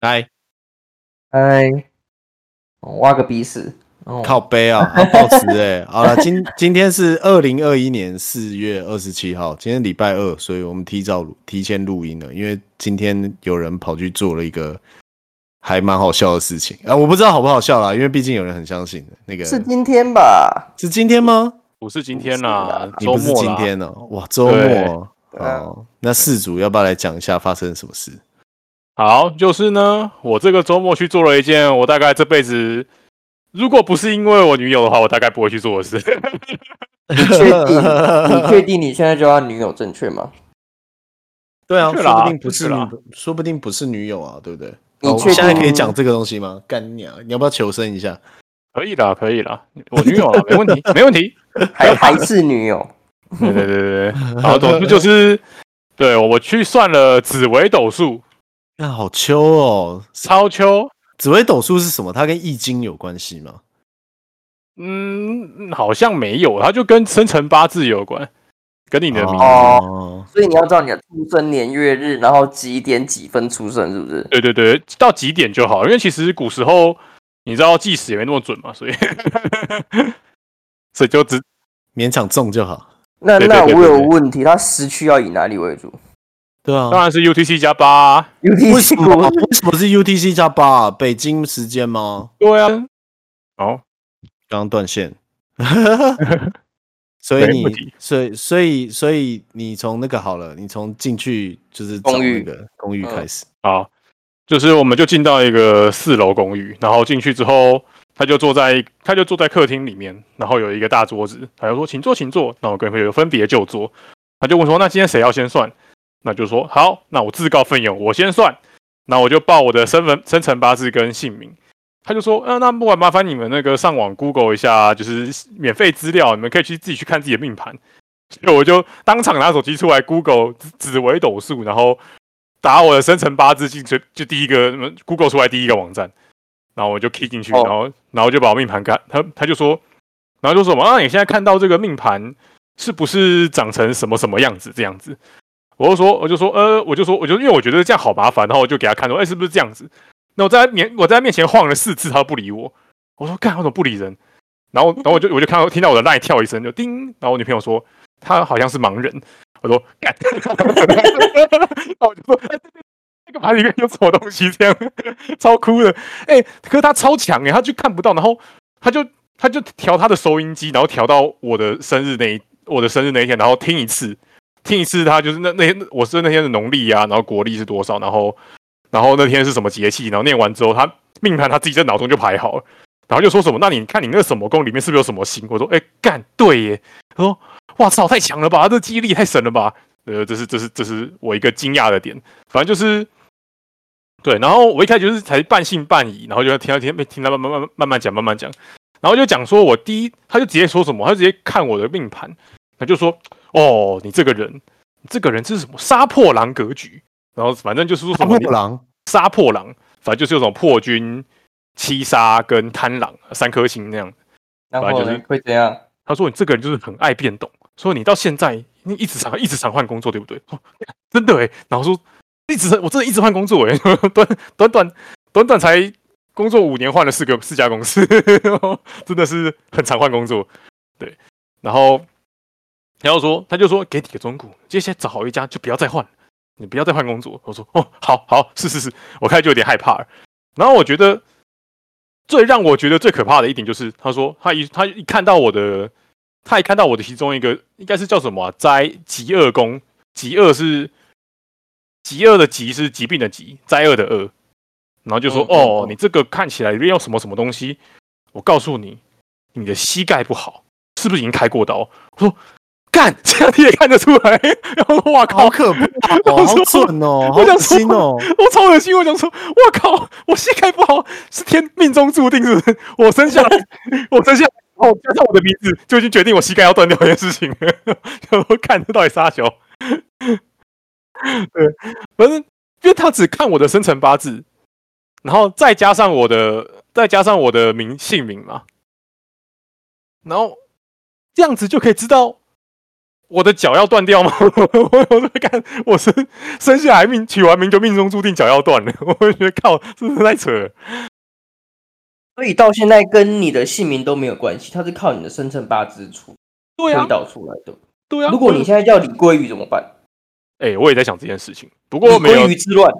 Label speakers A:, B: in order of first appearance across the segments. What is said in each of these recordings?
A: 来
B: 哎，我挖个鼻屎，哦，
A: 靠背 啊，好保持哎。好了，今今天是二零二一年四月二十七号，今天礼拜二，所以我们提早录提前录音了，因为今天有人跑去做了一个还蛮好笑的事情啊，我不知道好不好笑啦，因为毕竟有人很相信那个
B: 是今天 吧？
A: 是今天吗？
C: 不是今天啦，
A: 你
C: 周
A: 不是
C: 末
A: 今
C: 啦。
A: 天哦、哇，周
C: 对
A: 末
B: 对啊
A: 哦。那事主要不要来讲一下发生什么事？
C: 好，就是呢，我这个周末去做了一件我大概这辈子，如果不是因为我女友的话，我大概不会去做的事。
B: 确定？你确定你现在就要女友正确吗？
A: 对啊，
C: 是
A: 说
C: 啦
A: 不定不是
C: 是啦
A: 女，说不定不是女友啊，对不对？
B: 你
A: 哦
B: 确
A: 现在
B: 定
A: 可以讲这个东西吗？干娘，你要不要求生一下？
C: 可以啦，可以啦，我女友啦，啊没 问题，没问题。
B: 还还是女友？
C: 对对对对对，然后总之就是，对我去算了紫微斗数，
A: 那好秋哦，
C: 超秋，
A: 紫微斗数是什么？它跟易经有关系吗？
C: 嗯，好像没有，它就跟生辰八字有关，跟你的名字。
A: 哦，
B: 所以你要知道你的出生年月日，然后几点几分出生，是不是？
C: 对对对，到几点就好，因为其实古时候你知道计时也没那么准嘛， 所以所以就只
A: 勉强中就好。
B: 那
C: 对对
B: 那
C: 对
B: 我
C: 对
B: 有
C: 对
B: 问题，它时区要以哪里为主
A: 对
C: 当
A: 啊，
C: 然是 UTC 加八、啊。
A: 为什么
B: ？UTC
A: 为什么是 UTC 加八、啊？北京时间吗？
C: 对啊，好，
A: 刚刚断 线，所以
C: 没问
A: 你
C: 题，
A: 所以所以所以你从那个好了，你从进去就是
B: 公
A: 找那
B: 寓嗯
A: 个公寓开始，
C: 好，就是我们就进到一个四楼公寓，然后进去之后，他就坐在他就坐在客厅里面，然后有一个大桌子，他就说请坐，请坐。那我跟朋友分别就坐，他就问说那今天谁要先算？那就说好，那我自告奋勇，我先算。那我就报我的生份、生辰八字跟姓名。他就说，呃，那不管麻烦你们那个上网 Google 一下，就是免费资料，你们可以去自己去看自己的命盘。所以我就当场拿手机出来 Google 紫紫微斗数，然后打我的生辰八字进去，就第一个什么 Google 出来第一个网站，然后我就 key 进去，
B: 哦
C: 然后然后就把我命盘看，他他就说，然后就说什么啊，你现在看到这个命盘是不是长成什么什么样子这样子？我就说，我就说，呃，我就说，我就因为我觉得这样好麻烦，然后我就给他看说，哎、是不是这样子？那我在他面我在他面前晃了四次，他都不理我。我说干，他怎么不理人？然后，然后我就我就看到听到我的赖跳一声，就叮。然后我女朋友说她好像是盲人。我说干， 然后我就说哎对对那个盘里面有什么东西？这样超酷的。哎、可是他超强哎、他就看不到，然后他就他就调他的收音机，然后调到我的生日那一我的生日那一天，然后听一次，听一次他就是那那天我是那天的农历啊，然后国历是多少，然后然后那天是什么节气，然后念完之后，他命盘他自己在脑中就排好了，然后就说什么，那你看你那个什么宫里面是不是有什么星？我说哎干对耶，他说哇操太强了吧，这记忆力太神了吧，呃这是这是这是我一个惊讶的点，反正就是。对，然后我一开始就是才半信半疑，然后就听到听听他慢慢慢慢慢慢讲慢慢讲，然后就讲说我第一，他就直接说什么，他就直接看我的命盘，他就说哦，你这个人，你这个人这是什么杀破狼格局，然后反正就是说什
A: 大破
C: 么你
A: 啊 狼
C: 杀破狼，反正就是有种破军、七杀跟贪狼呃三颗星那样。
B: 然
C: 本来
B: 后
C: 就是
B: 呢？会怎样？
C: 他说你这个人就是很爱变动，说你到现在你一直想一直想换工作，对不对？ 说真的哎、然后说一直我真的一直换工作哎、 短短短短短才工作五年换了四个四家公司， 真的是很常换工作。对，然后然后说他就说给几个中股，接下来找好一家就不要再换了，你不要再换工作。我说哦，好好是是是，我开始就有点害怕了。然后我觉得。最让我觉得最可怕的一点就是，他说他一他一看到我的他一看到我的其中一个应该是叫什么、啊、灾极恶宫，极恶是极恶的极是疾病的疾，灾厄的厄，然后就说、
B: 嗯嗯
C: 哦，
B: 嗯
C: 你这个看起来里面有什么什么东西，我告诉你，你的膝盖不好，是不是已经开过刀？我说干，这样你也看得出来。 然后哇靠
A: 好，可怕哦，好准哦，好
C: 我想
A: 恶
C: 说
A: 心哦。
C: 我超恶心！我想说，我靠，我膝盖不好是天命中注定，是不是？我生下来， 我生下来，然后加上我的鼻子，就已经决定我膝盖要断掉这件事情了。 想说看这到底啥球？ 对，反正因为他只看我的生辰八字，然后再加上我的，再加上我的名姓名嘛，然后这样子就可以知道我的脚要断掉吗？ 我我在看我生生下来命取完名就命中注定脚要断了， 我觉得靠，这是太扯了。
B: 所以到现在跟你的姓名都没有关系，它是靠你的生辰八字出
C: 对
B: 推
C: 啊，
B: 导出来的。
C: 对啊。
B: 如果你现在叫李鲑鱼怎么办？
C: 哎、我也在想这件事情，不
B: 李
C: 过没有
B: 鲑鱼之乱，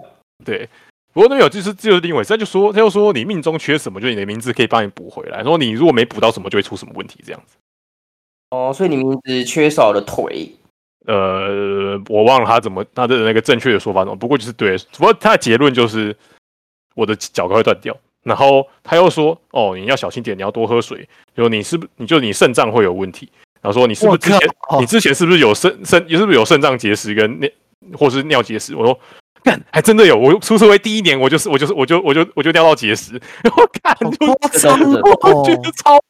C: 对，不过那边有就是就是另一回事。他就说他就说哦你命中缺什么，就是你的名字可以帮你补回来。说你如果没补到什么，就会出什么问题这样子。
B: 哦，所以你名字缺少了腿，
C: 呃，我忘了他怎么他的那个正确的说法是什么，不过就是对，不过他的结论就是我的脚踝会断掉。然后他又说，哦，你要小心点，你要多喝水。就你是不你就你肾脏会有问题。然后说你是不是之前
A: 哦我靠
C: 你之前是不是有肾肾你是不是有肾脏结石跟尿或是尿结石？我说。干，还真的有！我出社会第一年，我就是我就是我就我就我就尿到结石， 然后干，
A: 好
C: 就
A: 夸张
C: 我觉
A: 哦
C: 得！超恶，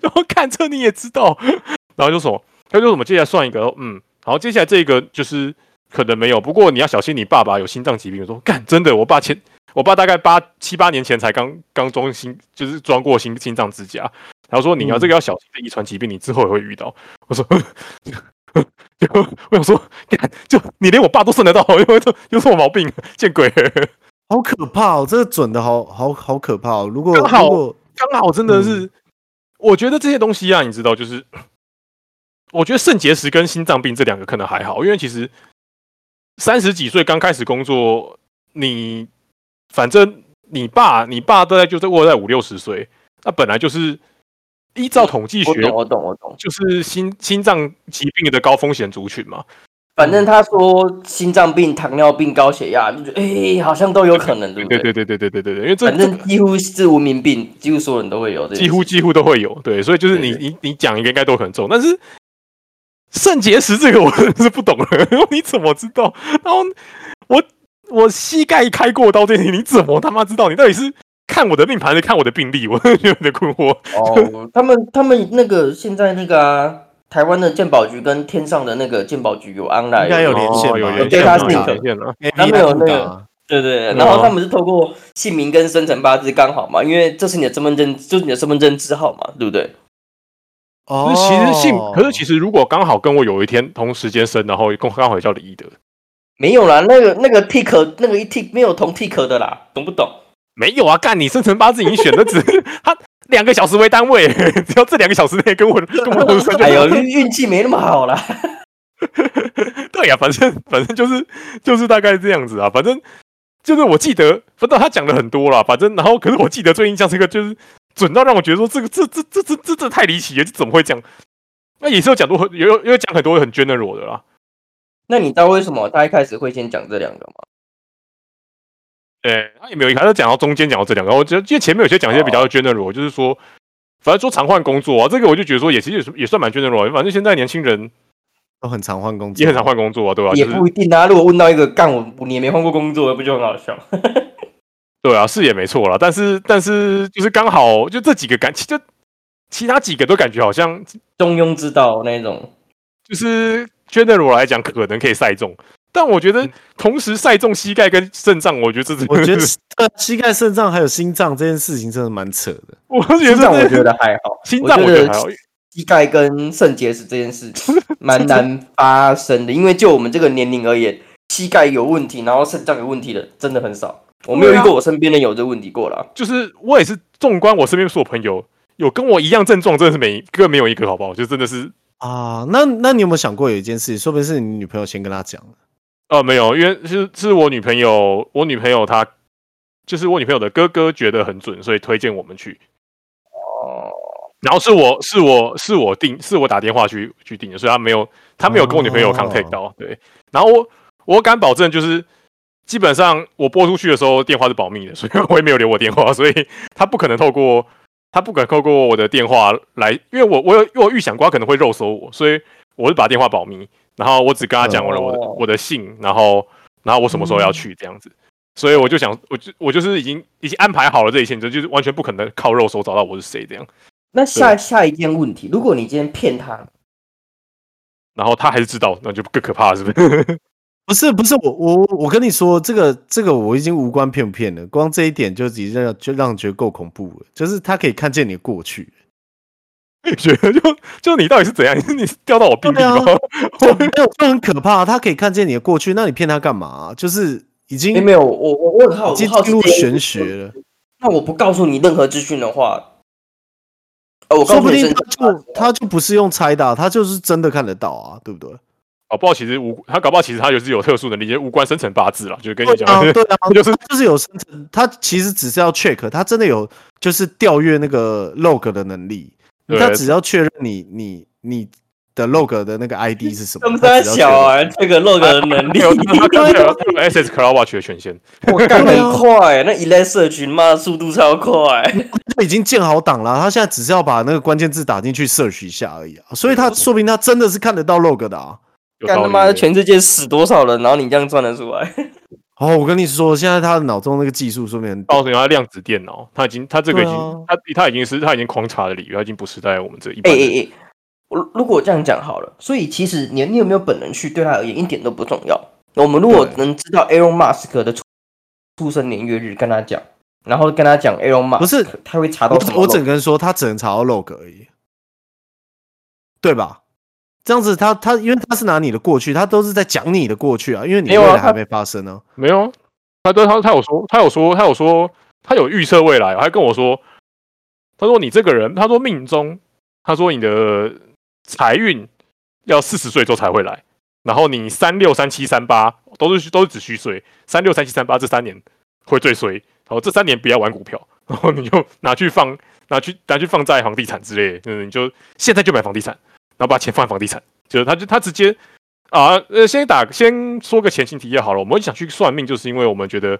C: 然后看这你也知道，然后就什么，他就说我们接下来算一个，嗯，好，接下来这个就是可能没有，不过你要小心，你爸爸有心脏疾病。我说干，真的，我爸前我爸大概八七八年前才刚刚装心，就是装过心心脏支架。然后说你要
A: 嗯
C: 这个要小心的遗传疾病，你之后也会遇到。我说， 就我想说，干，就你连我爸都算得到， 有有有什么毛病？见鬼！
A: 好可怕哦，这个准的好好好可怕哦。如果如
C: 刚好
A: 果
C: 刚好真的是，
B: 嗯
C: 我觉得这些东西啊，你知道，就是 我觉得肾结石跟心脏病这两个可能还好，因为其实三十几岁刚开始工作，你反正你爸你爸大概就在握在五六十岁，那本来就是依照统计学
B: 我。懂，我懂，我懂。
C: 就是心心脏疾病的高风险族群嘛，
B: 反正他说心脏病、糖尿病、高血压，就觉得哎、好像都有可能，对不
C: 对
B: 对
C: 对对对对对对对，因为这
B: 反正几乎是无名病，几乎所有人都会有这件事。
C: 几乎几乎都会有，对，所以就是你
B: 对对
C: 你你讲一个应该都很重，但是肾结石这个我 真是不懂了，你怎么知道？然后我我膝盖开过刀这件事情，你怎么他妈知道？你到底是看我的命盘还是看我的病历？ 我有点困惑。
B: 哦，他们他们那个现在那个啊，台湾的鉴宝局跟天上的那个鉴宝局有 online，
A: 应该有
B: 那个
A: 连线吧
C: 哦有
A: 有
C: 连线
B: ，data
C: 有
B: sync
C: 连线啊了。
A: A
B: 他
A: P
B: 们有那个
A: 打，
B: 对对对，
C: 嗯
B: 然后他们是透过姓名跟生辰八字刚好嘛，因为这是你的身份证，就是你的身份证字号嘛，对不对？
A: 哦
C: 可，是其实性，可是其实如果刚好跟我有一天同时间生，然后刚刚好也叫李一德，
B: 没有啦，那个那个 tick 那个一 tick 没有同 tick 的啦，懂不懂？
C: 没有啊，干你生辰八字已经选的，只 他两个小时为单位， 只要这两个小时内跟我跟 我同时生就
B: 哎呦，运运气没那么好啦。
C: 对呀、反正反正就是就是大概这样子啊，反正就是我记得，反正他讲了很多啦，反正然后可是我记得最印象深刻就是准到让我觉得说这个这这这这这这太离奇了，这怎么会这样？那也是有讲多很也有也有讲很多很 general 的啦，
B: 那你知道为什么他一开始会先讲这两个吗？
C: 对、他也没有一开始讲到中间讲到这两个，我觉得因为前面有些讲一些
B: 哦
C: 比较 general，、就是说反正说常换工作啊，这个我就觉得说也其实也是也算蛮 general，的反正现在年轻人
A: 都很常换工作，
C: 也很常换工作啊，对
A: 哦
C: 吧、
B: 也
C: 就是
B: 不一定啊。如果问到一个干我五年没换过工作，不就很好笑？
C: 对啊，是也没错啦，但是但是就是刚好就这几个感，就其他几个都感觉好像
B: 中庸之道那一种，
C: 就是 general 来讲可能可以赛中，但我觉得同时赛中膝盖跟肾脏，嗯我觉得这是，
A: 我觉得呃膝盖、肾脏还有心脏这件事情真的蛮扯的。
C: 我觉
B: 心
C: 得
B: 脏我
C: 这
B: 觉得还好，
C: 心脏我觉得还好，
B: 膝盖跟肾结石这件事 蛮难发生的，因为就我们这个年龄而言，膝盖有问题，然后肾脏有问题的真的很少。我没有
C: 对
B: 遇
C: 啊
B: 过我身边的有这问题过啦。
C: 就是我也是纵观我身边所有朋友。有跟我一样症状，真的是没个没有一个，好不好？就真的是
A: 啊，那那你有没有想过有一件事，说不定是你女朋友先跟他讲的
C: 呃没有，因为是是我女朋友，我女朋友她就是我女朋友的哥哥觉得很准，所以推荐我们去。
B: 哦，
C: 然后是我是我是我定是我打电话去去定的，所以他没有他没有跟我女朋友
A: 哦
C: contact 到。对，然后我我敢保证就是。基本上我拨出去的时候，电话是保密的，所以 我也没有留我电话，所以他不可能透过他不可能透过我的电话来，因为我我有我有预想过他可能会肉搜我，所以我是把电话保密，然后我只跟他讲我的我的
B: 哦
C: 我的姓，然后然后我什么时候要去这样子。所以我就想，我就我就是已经已经安排好了这一切，就就是完全不可能靠肉搜找到我是谁这样。
B: 那下下一件问题，如果你今天骗他，
C: 然后他还是知道，那就更可怕了，是不是？
A: 不是不是，我我我跟你说，这个这个我已经无关骗不骗了，光这一点就已经让就让人觉得够恐怖了，就是他可以看见你的过 去，
C: 觉得就就你到底是怎样？ 你是你是掉到我病历吗？
A: 对啊就没有就很可怕，他可以看见你的过去，那你骗他干嘛、啊就是已经
B: 没没有，我我我很好，
A: 已经
B: 我好奇
A: 进入
B: 这件
A: 玄
B: 事
A: 学了，
B: 那我不告诉你任何资讯的话，呃，我告
A: 说
B: 诉
A: 不
B: 你
A: 定
B: 真
A: 他就他就不是用猜的啊、他就是真的看得到啊，对不对？
C: 搞不好其实无他搞不好其实他就是有特殊能力，也无关生辰八字了，就是跟你
A: 对
C: 讲
A: 啊，
C: 的，
A: 对啊，
C: 就是
A: 他就是有生成，他其实只是要 check，他真的有就是调阅那个 log 的能力，
C: 对
A: 他只要确认你你你的 log 的那个 ID 是什么。
B: 东
A: 他
B: 山
A: 只要
B: 小
A: 确
B: 啊，这个 log 的能
C: 没，
B: 力
C: 有 他刚才
A: 啊
C: 有 SS Cloud Watch 的权限，
B: 我干
A: 对啊
B: 很快，那 e l i 社群妈速度超快，
A: 认他已经建好档了，啊他现在只是要把那个关键字打进去 search 一下而已啊，所以他说不定他真的是看得到 log 的啊。
C: 有
B: 干
C: 道
B: 他
C: 理
B: 妈的全世界死多少人，然后你这样算得出来？
A: 哦，我跟你说，现在他的脑中那个技术说明很
C: 告诉你，他量子电脑，他已经他这个已经、
A: 对啊
C: 他他已经是他已经狂查的领域，他已经不是在我们这一
B: 哎
C: 般人。
B: 哎哎，我如果这样讲好了，所以其实你你有没有本人去，对他而言一点都不重要。我们如果
A: 对
B: 能知道 Elon Musk 的出出生年月日，跟他讲，然后跟他讲 Elon Musk，
A: 不是
B: 他会查到什么
A: 我我
B: log
A: 整个人说，他只能查到 log 而已，对吧？这样子他，他因为他是拿你的过去，他都是在讲你的过去啊，因为你
B: 没
A: 未
B: 有啊
A: 来还
B: 他
A: 没发生呢、
C: 没有啊，他对他他有说，他有说，他有说，他有预测未来，他还跟我说，他说你这个人，他说命中，他说你的财运要四十岁之后才会来，然后你三六三七三八都是都是只虚岁，三六三七三八这三年会最衰，然后这三年不要玩股票，然后你就拿去放拿去拿去放在房地产之类的，就是你就现在就买房地产，然后把钱放在房地产，就是他就他直接啊，呃，先打先说个前情提要好了。我们想去算命，就是因为我们觉得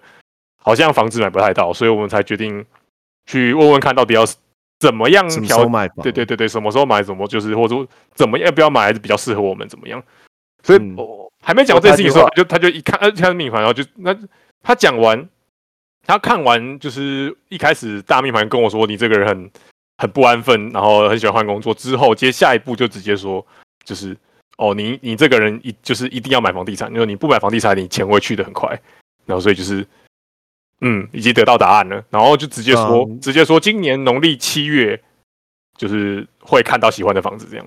C: 好像房子买不太到，所以我们才决定去问问看到底要怎么
B: 嗯
C: 样
A: 什么时候
C: 调。
A: 买房？
C: 对对对对，什么时候买，怎么就是或者说怎么要不要买，还是比较适合我们怎么样。所以、
A: 嗯
C: 我还没讲这件事情的时候，
B: 我
C: 他就他就一看，呃，看命盘，然后就那他讲完，他看完就是一开始大命盘跟我说你这个人很很不安分，然后很喜欢换工作，之后接下一步就直接说就是哦，你你这个人一就是一定要买房地产，因为你不买房地产，你钱会去的很快，然后所以就是。嗯，已经得到答案了，然后就直接说，
A: 嗯
C: 直接说，今年农历七月就是会看到喜欢的房子这样。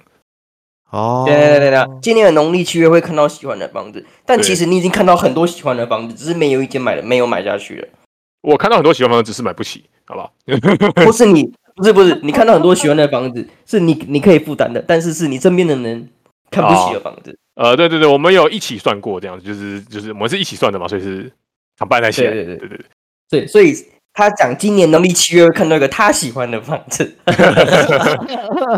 A: 哦，
B: 对对对对对，今年的农历七月会看到喜欢的房子，但
C: 对
B: 其实你已经看到很多喜欢的房子，只是没有一间买了，没有买下去 了。
C: 我看到很多喜欢的房子，只是买不起，好不好？
B: 不是你，不是不是，你看到很多喜欢的房子， 是你你可以负担的，但是是你身边的人看不起的房子。
C: 呃，对对对，我们有一起算过这样子，就是就是我们是一起算的嘛，所以是常办在一起来。
B: 对对
C: 对对
B: 对，所以他讲今年农历七月会看到一个他喜欢的房 子，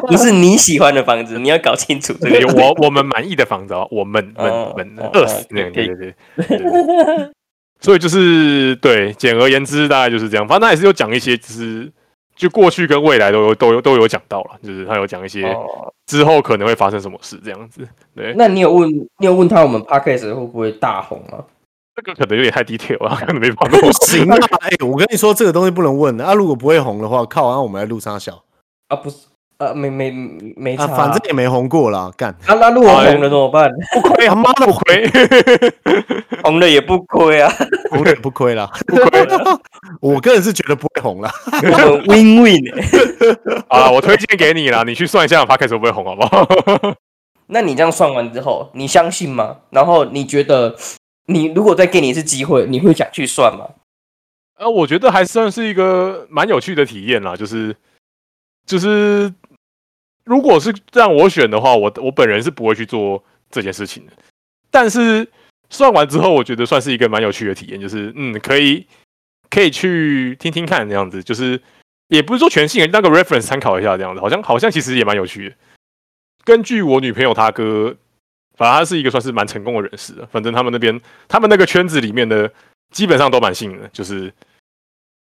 B: 不是你喜欢的房子，你要搞清楚 这
C: 对，
B: 个。
C: 有我我们满意的房子啊，我们
B: 哦
C: 们们
B: 哦
C: 饿死
B: 哦
C: 那样，
B: 可
C: 对
B: 以
C: 对对对。对 所以就是对，简而言之大概就是这样。反正他也是有讲一些，就是就过去跟未来都有都有都有讲到了，就是他有讲一些
B: 哦，
C: 之后可能会发生什么事这样子。对，
B: 那你有问你有问他我们 podcast 会不会大红吗？
C: 这个可能有点太 detail 了，可能没办法。
A: 不 行啊！哎、我跟你说，这个东西不能问的啊。如果不会红的话，靠，啊，我们来录啥小
B: 啊，不是，啊，没没没差、
A: 啊？反正也没红过啦，干
B: 啊，那如果
C: 好
B: 红了怎么办？
A: 不亏啊！妈的，
C: 亏
B: 红了也不亏啊，
A: 红了也不亏啦。
C: 不亏
A: 我个人是觉得不会红 啦。
B: 我们 win win、
C: 啊！我推荐给你啦，你去算一下 p o d c a s 会不会红，好不好？
B: 那你这样算完之后，你相信吗？然后你觉得，你如果再给你一次机会，你会想去算吗？
C: 呃，我觉得还算是一个蛮有趣的体验啦，就是就是，如果是让我选的话，我我本人是不会去做这件事情的。但是算完之后，我觉得算是一个蛮有趣的体验，就是嗯，可以可以去听听看这样子，就是也不是说全信，那个 reference 参考一下这样子，好像好像其实也蛮有趣的。根据我女朋友她哥，反正他是一个算是蛮成功的人士了，反正他们那边他们那个圈子里面的基本上都蛮信的，就是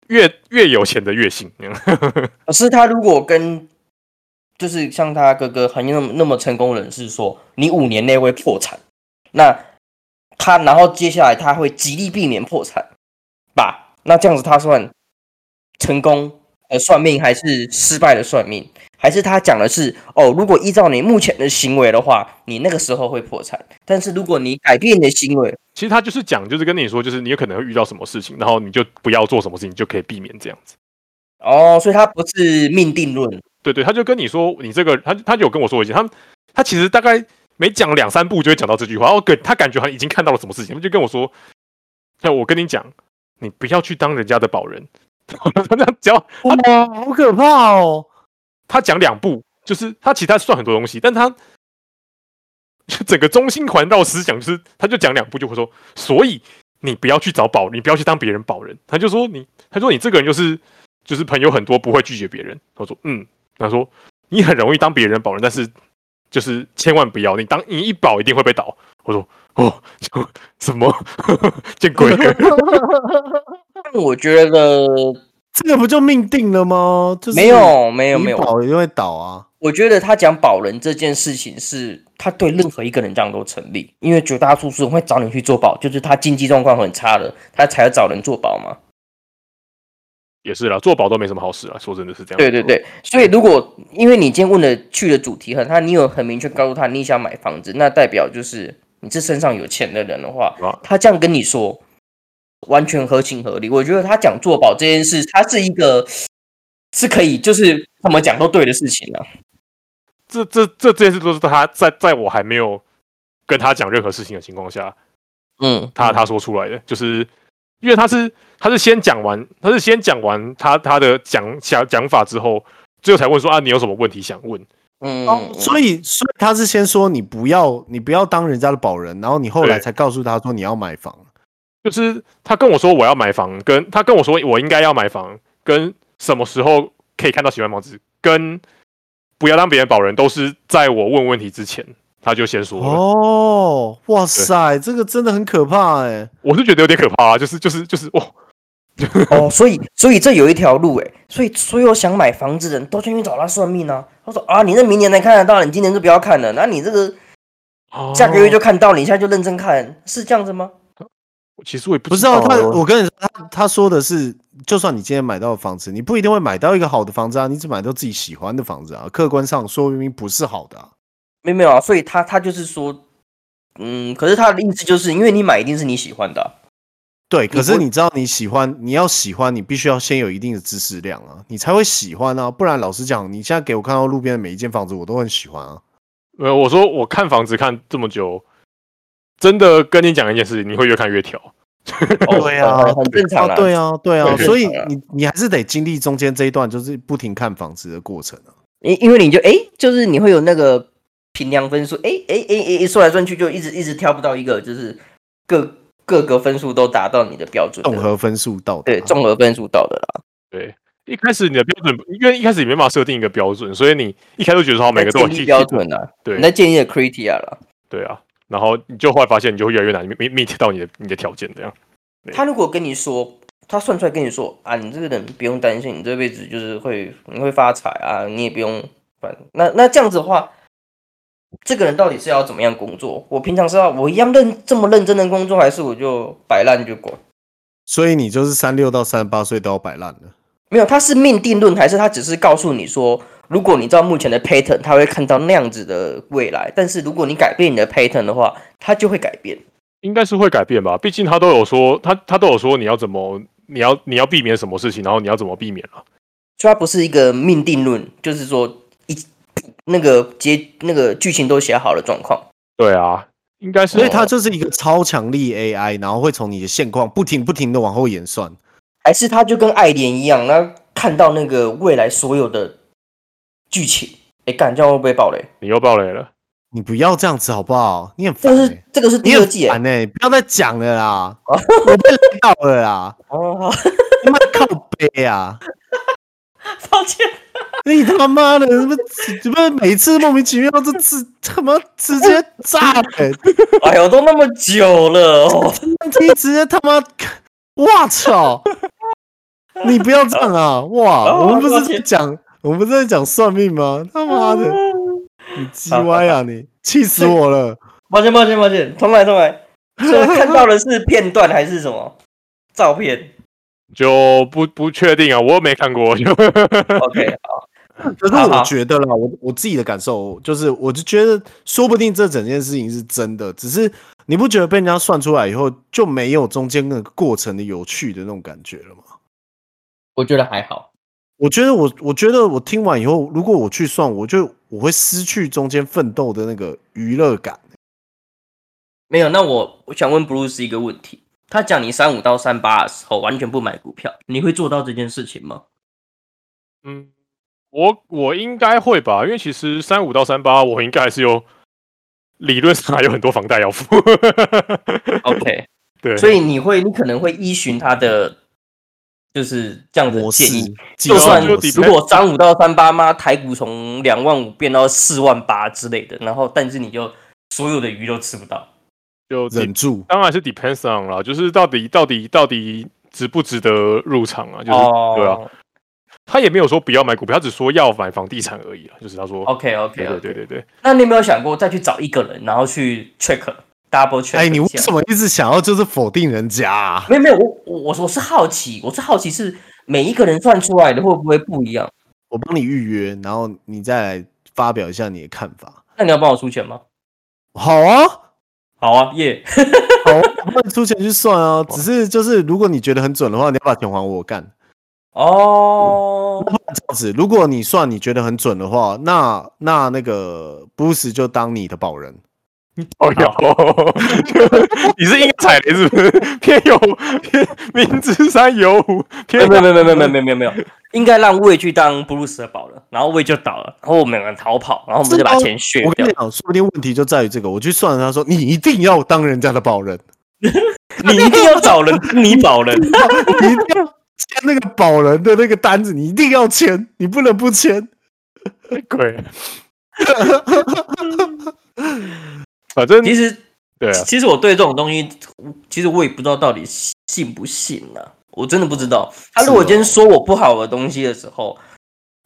C: 越越有钱的越信。
B: 可是他如果跟就是像他哥哥很那么那么成功人士说，你五年内会破产，那他然后接下来他会极力避免破产吧？那这样子他算成功的算命，还是失败的算命？还是他讲的是哦，如果依照你目前的行为的话，你那个时候会破产，但是如果你改变你的行为，
C: 其实他就是讲，就是跟你说，就是你有可能会遇到什么事情，然后你就不要做什么事情，就可以避免这样子。
B: 哦，所以他不是命定论。
C: 对对，他就跟你说，你这个他他就有跟我说一些，他他其实大概每讲两三步就会讲到这句话，然后感他感觉好像已经看到了什么事情，他就跟我说，那我跟你讲，你不要去当人家的保人。 他只要
A: 哇，好可怕哦！
C: 他讲两步，就是他其他算很多东西，但他 就整个中心环绕思想就是，他就讲两步就会说，所以你不要去找保，你不要去当别人保人。他就说你，他说你这个人就是就是朋友很多，不会拒绝别人。我说嗯，他说你很容易当别人保人，但是就是千万不要，你当你一保一定会被倒。我说哦， 就什么 见鬼 了。
B: 但我觉得
A: 这个不就命定了吗？就是
B: 没有没有
A: 你
B: 没有，
A: 保一定会倒啊！
B: 我觉得他讲保人这件事情是，他对任何一个人这样都成立，因为绝大多数人会找你去做保，就是他经济状况很差的，他才要找人做保嘛。
C: 也是啦，做保都没什么好事啦。说真的是这样。
B: 对对，对，所以如果因为你今天问的去的主题很，他你有很明确告诉他你想买房子，那代表就是你这身上有钱的人的话
C: 啊，
B: 他这样跟你说，完全合情合理。我觉得他讲做保这件事，他是一个是可以就是怎么讲都对的事情啊。
C: 这这这这件事都是他在在我还没有跟他讲任何事情的情况下，
B: 嗯，
C: 他他说出来的，就是因为他是他是先讲完，他是先讲完他他的讲讲讲法之后，最后才问说啊，你有什么问题想问？
B: 嗯，
A: 哦，所以所以他是先说你不要你不要当人家的保人，然后你后来
C: 对
A: 才告诉他说你要买房。
C: 就是他跟我说我要买房，跟他跟我说我应该要买房，跟什么时候可以看到喜欢房子，跟不要当别人保人，都是在我问问题之前，他就先说了。
A: 哦，哇塞，这个真的很可怕哎、
C: 我是觉得有点可怕、啊，就是就是就是哇，
B: 哦，所以所以这有一条路哎，所以所有想买房子的人都先去找他算命啊。他说啊，你这明年才看得到，你今年就不要看了。那你这个下个月就看到，你现在就认真看，是这样子吗？
C: 哦其实我也不
A: 不
C: 知
A: 是啊，他
C: 欸
A: 我跟你说，他他说的是，就算你今天买到的房子，你不一定会买到一个好的房子啊，你只买到自己喜欢的房子啊。客观上说明不是好的、啊，
B: 没有没有啊，所以他他就是说，嗯，可是他的意思就是因为你买一定是你喜欢的啊、
A: 对。可是
B: 不
A: 你知道你喜欢，你要喜欢，你必须要先有一定的知识量啊，你才会喜欢啊。不然老实讲，你现在给我看到路边的每一间房子，我都很喜欢啊。
C: 呃，我说我看房子看这么久，真的跟你讲一件事情，你会越看越挑。
A: 对啊
B: 很很正常
A: 啊，对啊，对啊，
C: 对
A: 所以
B: 对啊
A: 你你还是得经历中间这一段，就是不停看房子的过程啊。
B: 因因为你就哎，就是你会有那个评量分数，哎哎哎哎，算来算去就一直一直挑不到一个，就是各各个分数都达到你的标准的，
A: 综合分数到达
B: 对综合分数到的啦。
C: 对，一开始你的标准，因为一开始你没办法设定一个标准，所以你一开始就觉得说好每个都有
B: 建立
C: 一
B: 标。准啊，
C: 对
B: 你在建立的 criteria 了。
C: 对啊，然后你就后来发现，你就会越来越难 meet meet 到你的你的条件这样。
B: 他如果跟你说，他算出来跟你说啊，你这个人不用担心，你这辈子就是会你会发财啊，你也不用烦。那那这样子的话，这个人到底是要怎么样工作？我平常是要我一样认这么认真的工作，还是我就摆烂就过？
A: 所以你就是三六到三十八岁都要摆烂了。
B: 没有，他是命定论，还是他只是告诉你说，如果你照目前的 pattern，他会看到那样子的未来。但是如果你改变你的 pattern 的话，他就会改变。
C: 应该是会改变吧，毕竟他都有说，他他都有说你要怎么，你要你要避免什么事情，然后你要怎么避免啊。
B: 就它不是一个命定论，就是说一那个结那个剧情都写好的状况。
C: 对啊，应该是
A: 所以它就是一个超强力 AI，然后会从你的现况不停不停的往后演算。
B: 还是他就跟爱莲一样，那看到那个未来所有的剧情，哎、干这样会不会爆雷？
C: 你又爆雷了。
A: 你不要这样子好不好？你很
B: 这
A: 烦、
B: 个是
A: 欸，
B: 这个是
A: 你
B: 第二
A: 很
B: 季、欸哦
A: 烦、欸，不要再讲了啦，我被雷到了啦，
B: 哦，好，
A: 他妈靠背啊！
B: 抱歉，
A: 你他妈的，怎么怎么每次莫名其妙这次他妈直接炸了、
B: 哎呦，都那么久了哦，
A: 你直接他妈，我操！你不要这样啊！哇，
B: 哦
A: 我们不
B: 抱
A: 是
B: 歉
A: 在讲，我们不是在讲算命吗？他妈的，你鸡歪啊你！气死我了！
B: 抱歉，抱歉，抱歉，重来，重来。所以看到的是片段还是什么照片
C: 就不不确定啊，我又没看过，就
B: ？OK，好，
A: 可是
B: 好好
A: 我觉得啦，我我自己的感受就是，我就觉得说不定这整件事情是真的，只是你不觉得被人家算出来以后就没有中间那个过程的有趣的那种感觉了吗？
B: 我觉得还好。
A: 我觉得我我觉得我听完以后，如果我去算，我就我会失去中间奋斗的那个娱乐感。
B: 没有，那我我想问 Bruce 一个问题，他讲你三五到三八的时候完全不买股票，你会做到这件事情吗？
C: 嗯，我我应该会吧，因为其实三五到三八，我应该还是有理论上还有很多房贷要付。
A: 哦
B: OK，
C: 对，
B: 所以你会，你可能会依循他的就是这样子的
A: 模
B: 建
A: 式
B: 议。，
A: 计
B: 就
A: 算
B: 算
A: 模
C: 就
A: 式
B: 如果三五到三八妈台股从两万五变到四万八之类的，然后但是你就所有的鱼都吃不到。
C: 就
A: 忍住，
C: 当然是 depends on 啦，就是到底到底到底值不值得入场啊？就是、
B: 哦
C: 对啊，他也没有说不要买股票，他只说要买房地产而已啦。就是他说，
B: ，OK OK
C: 对
B: OK。
C: 对对对对，
B: 那你有没有想过再去找一个人，然后去 check double check？
A: 哎，你为
B: 一下
A: 什么一直想要就是否定人家、啊？
B: 没有没有，我我我我是好奇，我是好奇是每一个人算出来的会不会不一样？
A: 我帮你预约，然后你再来发表一下你的看法。
B: 那你要帮我出钱吗？
A: 好啊，
B: 好啊，耶、
A: 好啊，我帮你出钱去算 啊。只是就是，如果你觉得很准的话，你要把钱还我干。
B: 哦，
A: 这样子，如果你算你觉得很准的话，那那那个 Bruce 就当你的保人。
C: 哦哟， 你是应该踩雷是不 是？偏有偏明知山有虎，
B: 没
C: 偏
B: 有没有没有没有没有没有没有没有， 应该让魏去当布鲁斯的宝了，然后魏就倒了，然后我们两个人逃跑，然后我们就把钱血
A: 我
B: 掉
A: 跟你。讲，说不定问题就在于这个。我去算了，他说你一定要当人家的保人，
B: 你一定要找人当你 保人，
A: 你一定要签那个保人的那个单子，你一定要签，你不能不签。
C: 鬼。 反正
B: 其实
C: 对啊，
B: 其实我对这种东西，其实我也不知道到底信不信啊，我真的不知道。他如果今天说我不好的东西的时候，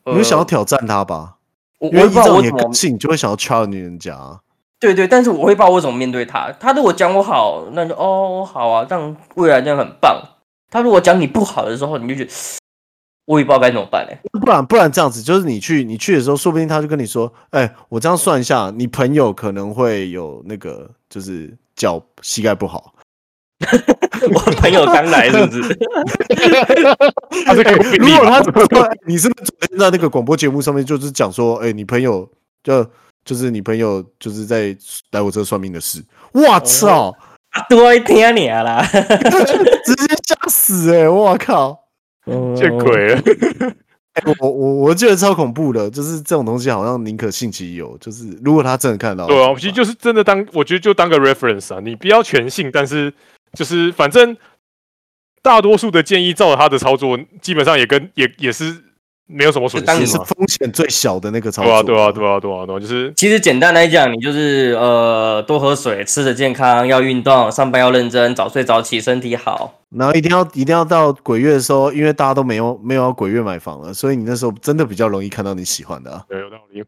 A: 你
B: 呃
A: 会想要挑战他吧？
B: 我我
A: 因为
B: 也不
A: 依
B: 知道
A: 照
B: 我
A: 你
B: 怎
A: 的个
B: 么
A: 性，你就会想要 challenge 人家啊。
B: 对对，但是我会不知道我怎么面对他。他如果讲我好，那就哦好啊，这样未来这样很棒。他如果讲你不好的时候，你就觉得我也不知道该怎么办嘞、
A: 不然不然这样子，就是你去你去的时候，说不定他就跟你说，哎、我这样算一下，你朋友可能会有那个就是脚膝盖不 好，
B: 我朋友刚来是不是？
C: 他是可以有病
A: 如
C: 例
A: 果他
C: 吧
A: 说哎你是不是昨天在那个广播节目上面就是讲说，哎、你朋友就就是你朋友就是在来我这算命的事，
B: 哦
A: 我操，
B: 啊，多一听你啊啦，
A: 直接吓死哎、我靠！
C: 见鬼了。
A: 哎我我我我觉得超恐怖的，就是这种东西好像宁可信其有，就是如果他真的看到，
C: 对啊，其实就是真的当，我觉得就当个 reference 啊，你不要全信，但是就是反正大多数的建议照着他的操作，基本上也跟也也是没有什么损
B: 就当
A: 也
C: 失
A: 是
C: 嘛。
A: 风险最小的那个操
C: 对啊，
A: 作，
C: 对啊，对啊，对啊，对啊， 就是
B: 其实简单来讲，你就是呃多喝水，吃的健康，要运动，上班要认真，早睡早起，身体好。
A: 然后一定要一定要到鬼月的时候，因为大家都没有没有要鬼月买房了，所以你那时候真的比较容易看到你喜欢的、啊。
C: 对有道理。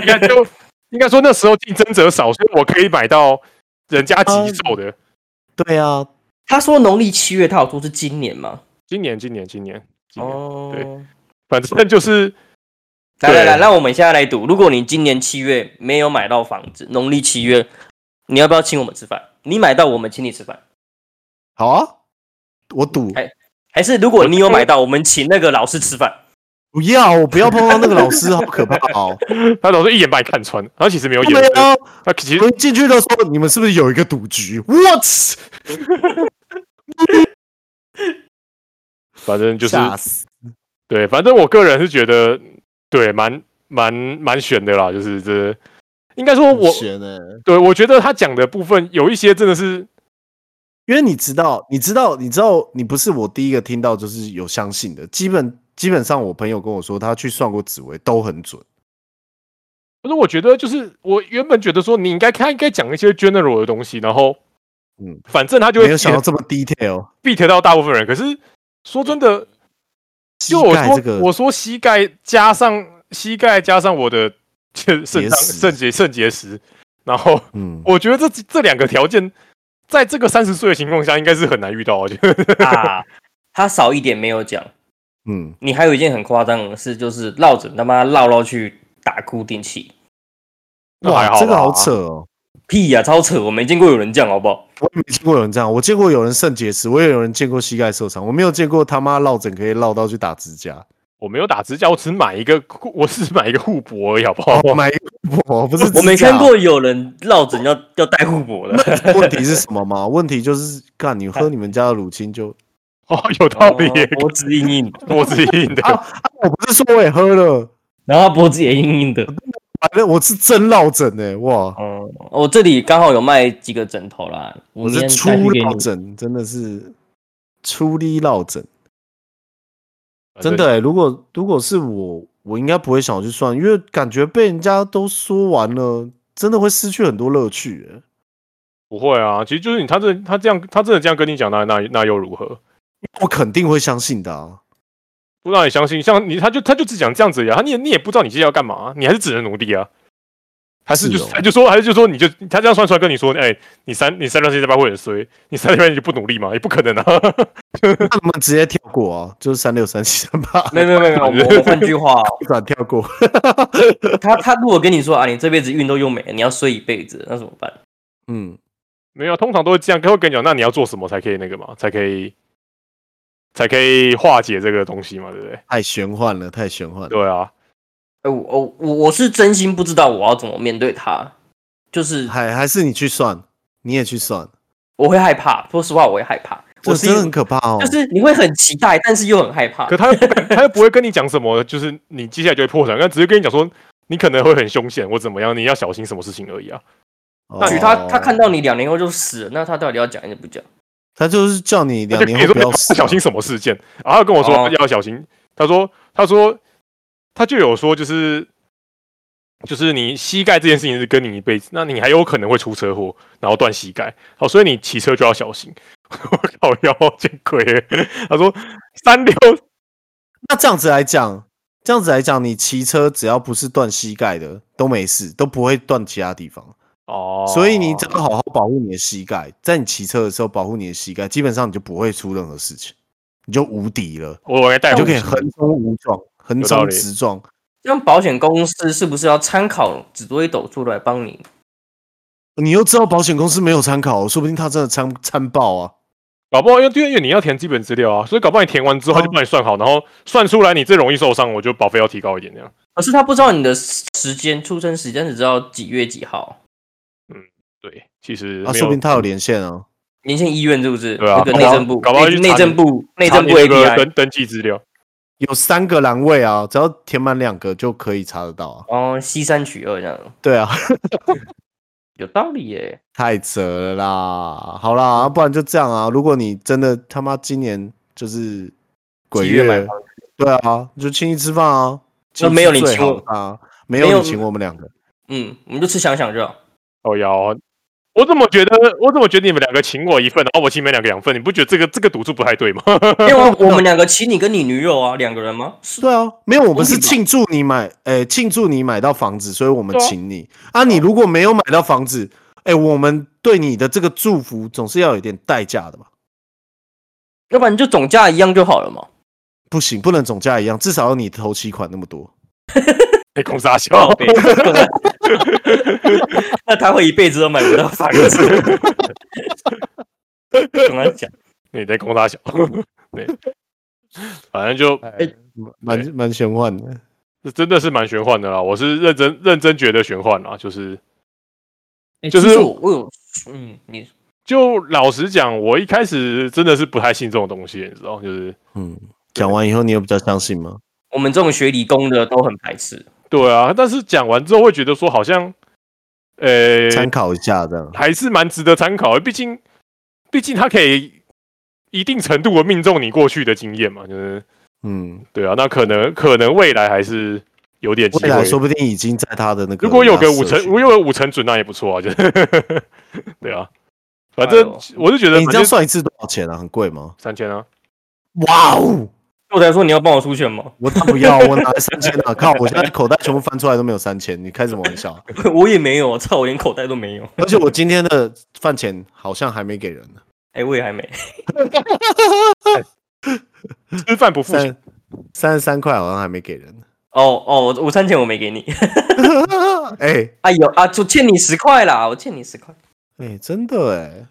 C: 应该就应该说那时候竞争者少，所以我可以买到人家急售的。
A: 对啊，
B: 他说农历七月，他有说是今年吗？
C: 今年，今年，今年，今年，
B: 哦，
C: 对反正就是
B: 来来来，
C: 对
B: 那我们现在来赌，如果你今年七月没有买到房子，农历七月，你要不要请我们吃饭？你买到，我们请你吃饭。
A: 好啊，我赌
B: 哎还是如果你有买到，我们请那个老师吃饭。
A: 不要，我不要碰到那个老师，好可怕哦！
C: 他总是一眼把你看穿，他其实没有
A: 他没
C: 眼神，
A: 有，
C: 他其
A: 我
C: 实
A: 进去的时候，你们是不是有一个赌局？我去，
C: 反正就是
A: 吓死！
C: 对，反正我个人是觉得，对，蛮蛮蛮悬的啦，就是这，应该说我
A: 天呢？
C: 对我觉得他讲的部分有一些真的是，
A: 因为你知道，你知道，你知道，你不是我第一个听到就是有相信的，基本基本上我朋友跟我说，他去算过紫薇都很准。
C: 不是我觉得就是我原本觉得说你应该他应该讲一些 general 的东西，然后
A: 嗯，
C: 反正他就
A: 没
C: 会
A: 有想到
C: beat
A: 这么 detail，
C: beat 到大部分人。可是说真的，
A: 膝
C: 就我
A: 盖
C: 说、
A: 这个
C: 我说膝盖加上膝盖加上我的 肾肾
A: 结
C: 脏
A: 石
C: 肾结肾结石，然后
A: 嗯，
C: 我觉得这这两个条件，在这个三十岁的情况下，应该是很难遇到。我觉得
B: 啊， 他少一点没有讲。
A: 嗯，
B: 你还有一件很夸张的事，就是落枕他妈绕绕去打固定器，
C: 那还好吧
A: 哇，这个好扯哦。
B: 屁呀、超扯！我没见过有人这样，好不好？
A: 我也没见过有人这样，我见过有人肾结石，我也有人见过膝盖受伤，我没有见过他妈落枕可以落到去打指甲。
C: 我没有打指甲，我只买一个护，我只买一个护脖而已，好不好？
A: 我
B: 哦
A: 买我不是指甲哦
B: 我没看过有人落枕要 要戴护脖的，
A: 问题是什么吗？问题就是干你喝你们家的乳清就，
C: 哦，有道理耶，
B: 脖子硬硬，
C: 脖子硬的。
B: 啊
A: 我不是说我也喝了，
B: 然后他脖子也硬硬的。
A: 反正我是真落枕哎、哇，
B: 哦，我这里刚好有卖几个枕头啦，我
A: 我
B: 明天
A: 是
B: 带
A: 初
B: 去给
A: 落
B: 你。
A: 枕，真的是初力落枕，
B: 啊
A: 真的、欸。如果如果是我，我应该不会想要去算，因为感觉被人家都说完了，真的会失去很多乐趣、欸。
C: 不会啊，其实就是你他这他这样他真的这样跟你讲，那那那又如何？
A: 我肯定会相信的啊。
C: 不让你相信，像你他就他就只讲这样子呀、他你也你也不知道你接下来要干嘛，你还是只能努力啊。还是就是
A: 哦
C: 他就说，还是就说，你就他这样算出来跟你说，哎、你三你三段时间拜会很衰，你三段时间就不努力嘛，也不可能啊。
A: 那我们直接跳过啊，就是三六三七三八，
B: 没有没 有没有，我啊们我们换句话、哦，
A: 不敢跳过。
B: 他他如果跟你说啊，你这辈子运都用没了，你要睡一辈子，那怎么办？
A: 嗯，
C: 没有啊，通常都会这样，他会跟你讲，那你要做什么才可以那个嘛，才可以才可以化解这个东西嘛，对不对？
A: 太玄幻了，太玄幻了。
C: 对啊，
B: 哎、我我我我是真心不知道我要怎么面对他，就是
A: 还还是你去算，你也去算，
B: 我会害怕，说实话我会害怕，
A: 这
B: 我是一
A: 真的很可怕哦。
B: 就是你会很期待，但是又很害怕
C: 可。他又不跟他又不会跟你讲什么，就是你接下来就会破产，但只是跟你讲说你可能会很凶险，或怎么样，你要小心什么事情而已啊。
A: 哦
B: 那他他看到你两年后就死了，那他到底要讲还是不讲？
A: 他就是叫你
C: 他
A: 两
C: 就
A: 年
C: 跟你
A: 后
C: 说
A: 不要死啊
C: 小心什么事件，然后他跟我说
B: 哦
C: 要小心，他说他说他就有说就是就是你膝盖这件事情是跟你一辈子，那你还有可能会出车祸，然后断膝盖，好，所以你骑车就要小心。 我靠腰见鬼了！他说三六
A: 那这样子来讲，这样子来讲，你骑车只要不是断膝盖的都没事，都不会断其他地方。
C: 哦
A: 所以你只要好好保护你的膝盖，在你骑车的时候保护你的膝盖，基本上你就不会出任何事情，你就无敌了，
C: 我我该带
A: 你就
C: 回
A: 可以
C: 去
A: 横冲无撞，横
C: 有道
A: 冲
C: 理
A: 直撞。
B: 这样保险公司是不是要参考紫微斗数来帮你？
A: 你又知道保险公司没有参考，哦说不定他真的参参报啊。
C: 搞不好因为因为你要填基本资料啊，所以搞不好你填完之后他
A: 哦
C: 就帮你算好，然后算出来你最容易受伤，我就保费要提高一点这样。
B: 可是他不知道你的时间出生时间，只知道几月几号。
C: 对，其实
A: 啊，
C: 没嗯
A: 说不定他有连线啊。
B: 民生医院是不是？
C: 对啊
B: 那个
C: 搞
B: 内
C: 不好
B: 政部，
C: 搞不好去查
B: 内内政部内政部
C: 查你那个
B: API
C: 登登记资料。
A: 有三个栏位啊，只要填满两个就可以查得到啊。
B: 哦，西三取二这样，
A: 对啊，
B: 有道理耶。
A: 太扯了啦！好啦，不然就这样啊。如果你真的他妈今年就是鬼
B: 几月买房
A: 对啊，你就请你吃饭啊。
B: 那没有你
A: 请
B: 请我
A: 啊，没
B: 没
A: 有
B: 有
A: 你请我们两个。
B: 嗯，我们就吃想想就好。
C: 哦哟，我怎么觉得，我怎么觉得你们两个请我一份，然后我请你们两个两份，你不觉得这个这个赌注不太对吗？
B: 因为我我们两个请你跟你女友啊，两个人吗？是
A: 对啊，没有，我们是
B: 公平吧
A: 庆祝你买，诶，庆祝你买到房子，所以我们
C: 对啊
A: 请你啊。你如果没有买到房子，诶，我们对你的这个祝福总是要有点代价的吧？
B: 要不然就总价一样就好了嘛。
A: 不行，不能总价一样，至少要你头期款那么多。
C: 被空傻笑，
B: 哦 那他会一辈子都买不到房子。 怎么讲？
C: 你在空傻笑， 对，反正就
A: 哎，蛮
C: 对
A: 蛮玄幻的。
C: 这真的是蛮玄幻的啦。我是认真认真觉得玄幻啦，就是
B: 诶
C: 就是
B: 哎其实我我有，嗯，你
C: 就老实讲，我一开始真的是不太信这种东西，你知道，就是
A: 嗯，讲完以后你有比较相信吗？
B: 我们这种学理工的都很排斥。
C: 对啊。但是讲完之后会觉得说，好像，呃，
A: 参考一下这样。
C: 还是蛮值得参考的，毕竟毕竟它可以一定程度的命中你过去的经验嘛，就是
A: 嗯，
C: 对啊，那可能可能未来还是有点机
A: 未来说
C: 会。
A: 不定已经在他的那个。
C: 如果有个五成，如果有个五成准，那也不错啊，就是 对啊，反
B: 哎
C: 正
B: 呦
C: 我是觉得
A: 你
C: 反
A: 这样
C: 正
A: 算一次多少钱啊？很贵吗？
C: 三千啊，
A: 哇哦，
B: 我才说你要帮我出钱吗？
A: 我当然不要，我哪来三千啊？靠！我现在口袋全部翻出来都没有三千，你开什么玩笑啊、
B: 我也没有，操，我连口袋都没有。
A: 而且我今天的饭钱好像还没给人呢。
B: 哎、我也还没。
C: 吃饭不付钱，
A: 三三十三块好像还没给人呢。
B: 哦哦，我午餐钱我没给你。
A: 哎、
B: 哎呦啊，就欠你十块啦，我欠你十块。
A: 哎、真的哎、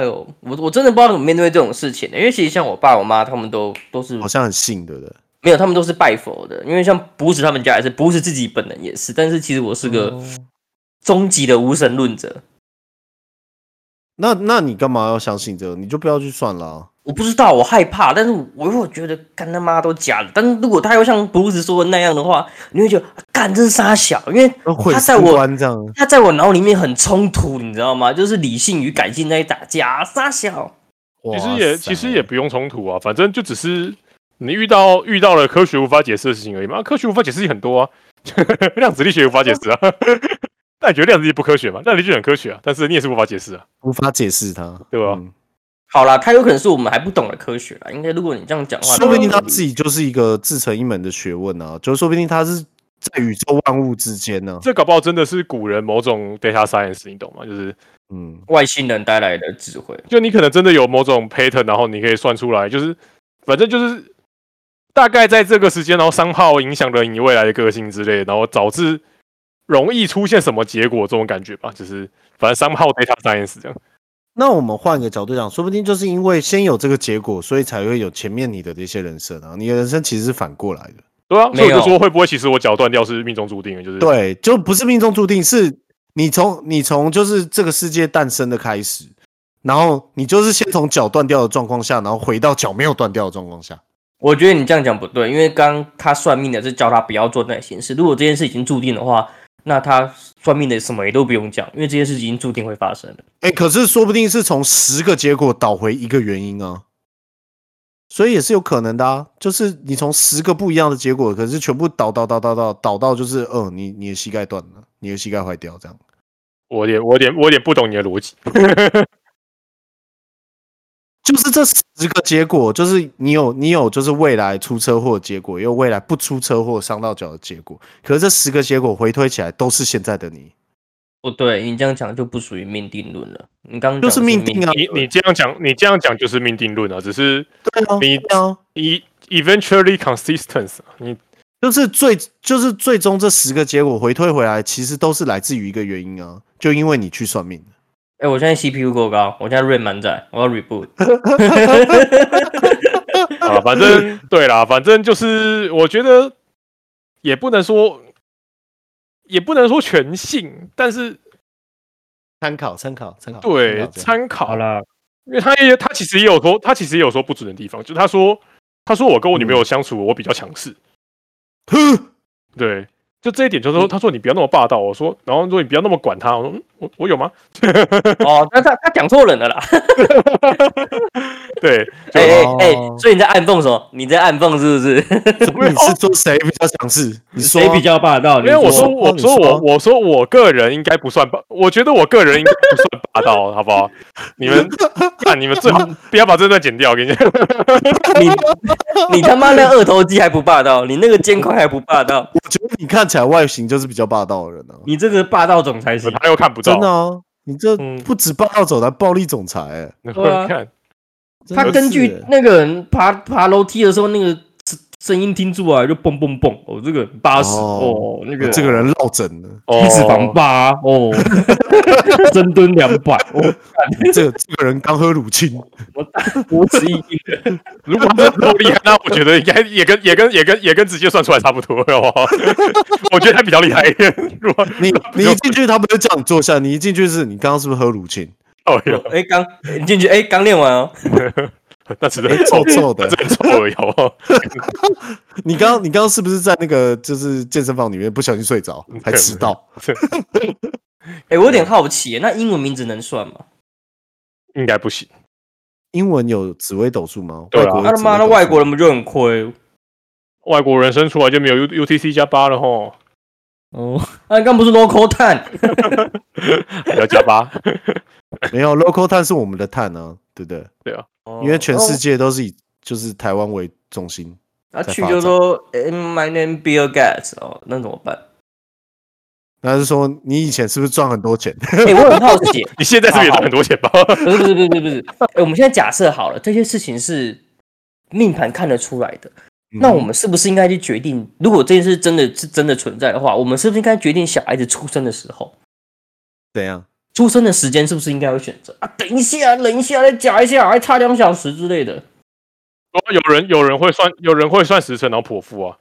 B: 哎呦，我我真的不知道怎么面对这种事情、因为其实像我爸我妈他们都都是
A: 好像很信，对不对？
B: 没有，他们都是拜佛的。因为像不是他们家也是，不是自己本人也是。但是其实我是
A: 哦
C: 哦
B: 个终极的无神论者。
A: 那那你干嘛要相信这个？你就不要去算了啊、
B: 我不知道，我害怕，但是我又觉得干他妈都假的。但是如果他又像布鲁斯说的那样的话，你会觉得啊干这是傻小，因为
A: 那毁
B: 他在
A: 四
B: 我
A: 观这样，
B: 他在我脑里面很冲突，你知道吗？就是理性与感性在打架，傻小。
C: 其实
A: 哇
C: 也
A: 塞
C: 其实也不用冲突啊，反正就只是你遇到遇到了科学无法解释的事情而已嘛。啊科学无法解释很多啊， 量子力学无法解释啊。 那你觉得量子力不科学嘛？量子力学很科学啊，但是你也是无法解释啊，
A: 无法解释它，
C: 对啊吧
A: 嗯
B: 好啦，他有可能是我们还不懂的科学啦。应该如果你这样讲话，
A: 说不定他
B: 就是
A: 自己就是一个自成一门的学问啊，就是说不定他是在宇宙万物之间呢、
C: 这搞不好真的是古人某种 data science，你懂吗？就是
A: 嗯，
B: 外星人带来的智慧。
C: 就你可能真的有某种 pattern，然后你可以算出来，就是反正就是大概在这个时间，然后商号影响了你未来的个性之类，然后导致容易出现什么结果这种感觉吧，就是反正商号 data science 这样。
A: 那我们换个角度讲，说不定就是因为先有这个结果，所以才会有前面你的这些人生啊。你的人生其实是反过来的，
C: 对啊，所以
B: 没
C: 我
B: 有
C: 就说会不会其实我脚断掉是命中注定的，就是
A: 对，就不是命中注定，是你从你从就是这个世界诞生的开始，然后你就是先从脚断掉的状况下，然后回到脚没有断掉的状况下。
B: 我觉得你这样讲不对，因为刚他算命的是叫他不要做那些事。如果这件事已经注定的话，那他算命的什么也都不用讲，因为这件事已经注定会发生了。
A: 哎、可是说不定是从十个结果倒回一个原因啊，所以也是有可能的啊。就是你从十个不一样的结果，可是全部倒倒倒倒倒倒到就是，嗯、你你的膝盖断了，你的膝盖坏掉这样。
C: 我有点我有点我有点不懂你的逻 辑。
A: 就是这十个结果，就是你有你有就是未来出车祸的结果，也有未来不出车祸伤到脚的结果。可是这十个结果回推起来都是现在的你，
B: 不哦对，你这样讲就不属于命定论了。你刚刚
A: 就
B: 讲的是
A: 命
B: 定
A: 定啊。
C: 你你这样讲，你这样讲就是命定论啊，只是
A: 对啊，
C: 你
A: 对啊，
C: e eventually consistence，你
A: 就是最就是最终这十个结果回推回来，其实都是来自于一个原因啊，就因为你去算命。
B: 哎、我现在 CPU 过高，我现在 RAM 满载，我要 reboot。
C: 啊，反
A: 嗯
C: 正对啦，反正就是我觉得也不能说，也不能说全信，但是
A: 参考参考参考，参
C: 对
A: 考
C: 参考
B: 好，了，
C: 因为他也他其实也有说，他其实也有说不准的地方，就是他说他说我跟我女朋友相处，我比较强势，
A: 这样。哼
C: 对，就这一点，
A: 嗯
C: 就是说他说你不要那么霸道，我说，然后说你不要那么管他，我说嗯我我有吗？
B: 哦，那他他讲错人了啦。
C: 对，
B: 哎哎哎
A: 哦，
B: 所以你在暗讽什么？你在暗讽是不是？
A: 你是说谁比较强势？你说啊
B: 较霸道？
C: 因为我
A: 说
C: 说我
A: 你
C: 说
A: 说
C: 我我说我个人应该不算霸，我觉得我个人应该不算霸道，好不好？你们看你们最好不要把这段剪掉，我跟你讲。
B: 你你他妈那二头肌还不霸道，你那个肩宽还不霸道，
A: 我觉得你看起来外形就是比较霸道的人啊，
B: 你这个霸道总裁型。
C: 他又看不到，
A: 真的啊，你这
C: 嗯
A: 不止霸道总裁，暴力总裁、欸。
C: 你
B: 对啊
C: 看，
A: 真的
B: 他
A: 是
B: 根据
A: 欸
B: 那个人爬爬楼梯的时候，那个声声音听出来就蹦蹦蹦，哦，这个八十
A: 哦
B: 哦，那个
A: 这个人落枕了，
C: 哦
B: 体脂肪八哦， 深蹲两百哦，
A: 这个这个人刚喝乳清，
B: 我十一斤，
C: 如果他够厉害，那我觉得应该也跟也跟也跟也跟直接算出来差不多哦。 我觉得他比较厉害一点。如果
A: 你你一进去他不就叫你坐下，你一进去是你刚刚是不是喝乳清，
C: 哦哟，
B: 哎，刚你进去，哎，刚练完哦，
C: 那只能臭
A: 哎臭，臭的
C: 那，只能臭而已，哦好不好？
A: 你刚刚你刚刚是不是在那个就是健身房里面不小心睡着，
C: 嗯
A: 还迟到？
B: 哎，我有点好奇，那英文名字能算吗？
C: 应该不行。
A: 英文有紫微斗数吗？
C: 对啊
A: 外国
B: 他
A: 有
B: 他妈
A: 紫
B: 的
A: 微斗数
B: 外国人不就很亏
C: 外国人生出来就没有 U U T C 加八了吼，
B: 哦？那刚不是 local 碳？
C: 还要加八。哦
A: 没有 local 碳是我们的碳啊，对不对？因为全世界都是以就是台湾为中心，
B: 然后
A: 在
B: 哦啊去
A: 发
B: 就
A: 展
B: 说诶 My name Bill Gates 哦，那怎么办？
A: 那是说你以前是不是赚很多钱？
B: 哎、我很好奇，
C: 你现在是不是也赚很多钱吧？
B: 不是不是不是不是不是，哎、我们现在假设好了，这些事情是命盘看得出来的，
A: 嗯
C: 嗯
B: 那我们是不是应该去决定，如果这件事真的是真的存在的话，我们是不是应该决定小孩子出生的时候，
A: 嗯怎样？
B: 出生的时间是不是应该有选择啊？等一下，等一下，再讲一下，还差两小时之类的。
C: 说啊有人有人会算，有人会算时辰，然后剖腹啊。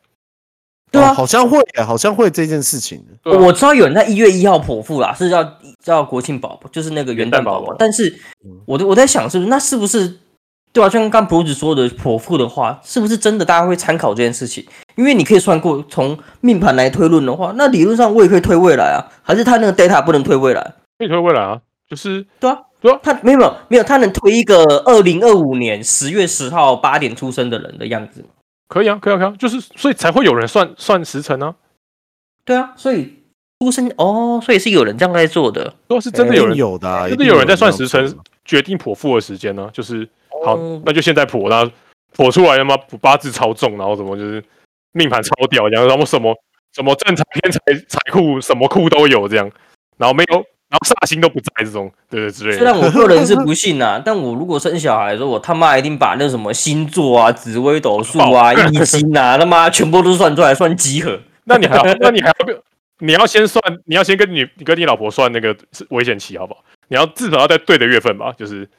B: 对啊
A: 哦好像会耶，好像会这件事情。
C: 对啊
B: 我知道有人在一月一号剖腹啦，是叫叫国庆宝宝，就是那个元
C: 元
B: 旦
C: 旦宝
B: 宝
C: 宝
B: 宝。但是我我在想，是不是那是不是对啊？就像刚刚博子说的，剖腹的话，是不是真的大家会参考这件事情？因为你可以算过，从命盘来推论的话，那理论上我也可以推未来啊。还是他那个 data 不能推未来？
C: 可以推未来啊，就是
B: 对啊，
C: 对啊
B: 他没有没有没有，他能推一个二零二五年十月十号八点出生的人的样子吗
C: 可以啊，可以啊，可以啊，就是所以才会有人算算时辰啊，
B: 对啊，所以出生哦，所以是有人这样在做的。
C: 如果是真的有
A: 一定
C: 人
A: 有的啊，
C: 真
A: 一
C: 的
A: 定
C: 有人在算
A: 这
C: 时
A: 样
C: 辰
A: 做的，
C: 决定剖腹的时间呢、就是好
B: 哦，
C: 那就现在剖，那剖出来了吗？八字超重，然后什么就是命盘超屌，这样，然后什么什么正财偏财财库什么库都有这样，然后没有，然后煞星都不在这种，对对之类
B: 虽
C: 的。
B: 然我个人是啊不信啊， 但我如果生小孩的时候，我他妈一定把那什么星座啊、紫微斗数啊、易经啊，他妈全部都算出来，算集合。
C: 那你还要那你还要不你要先算，你要先跟你你跟你老婆算那个危险期好不好？你要至少要在对的月份吧，就是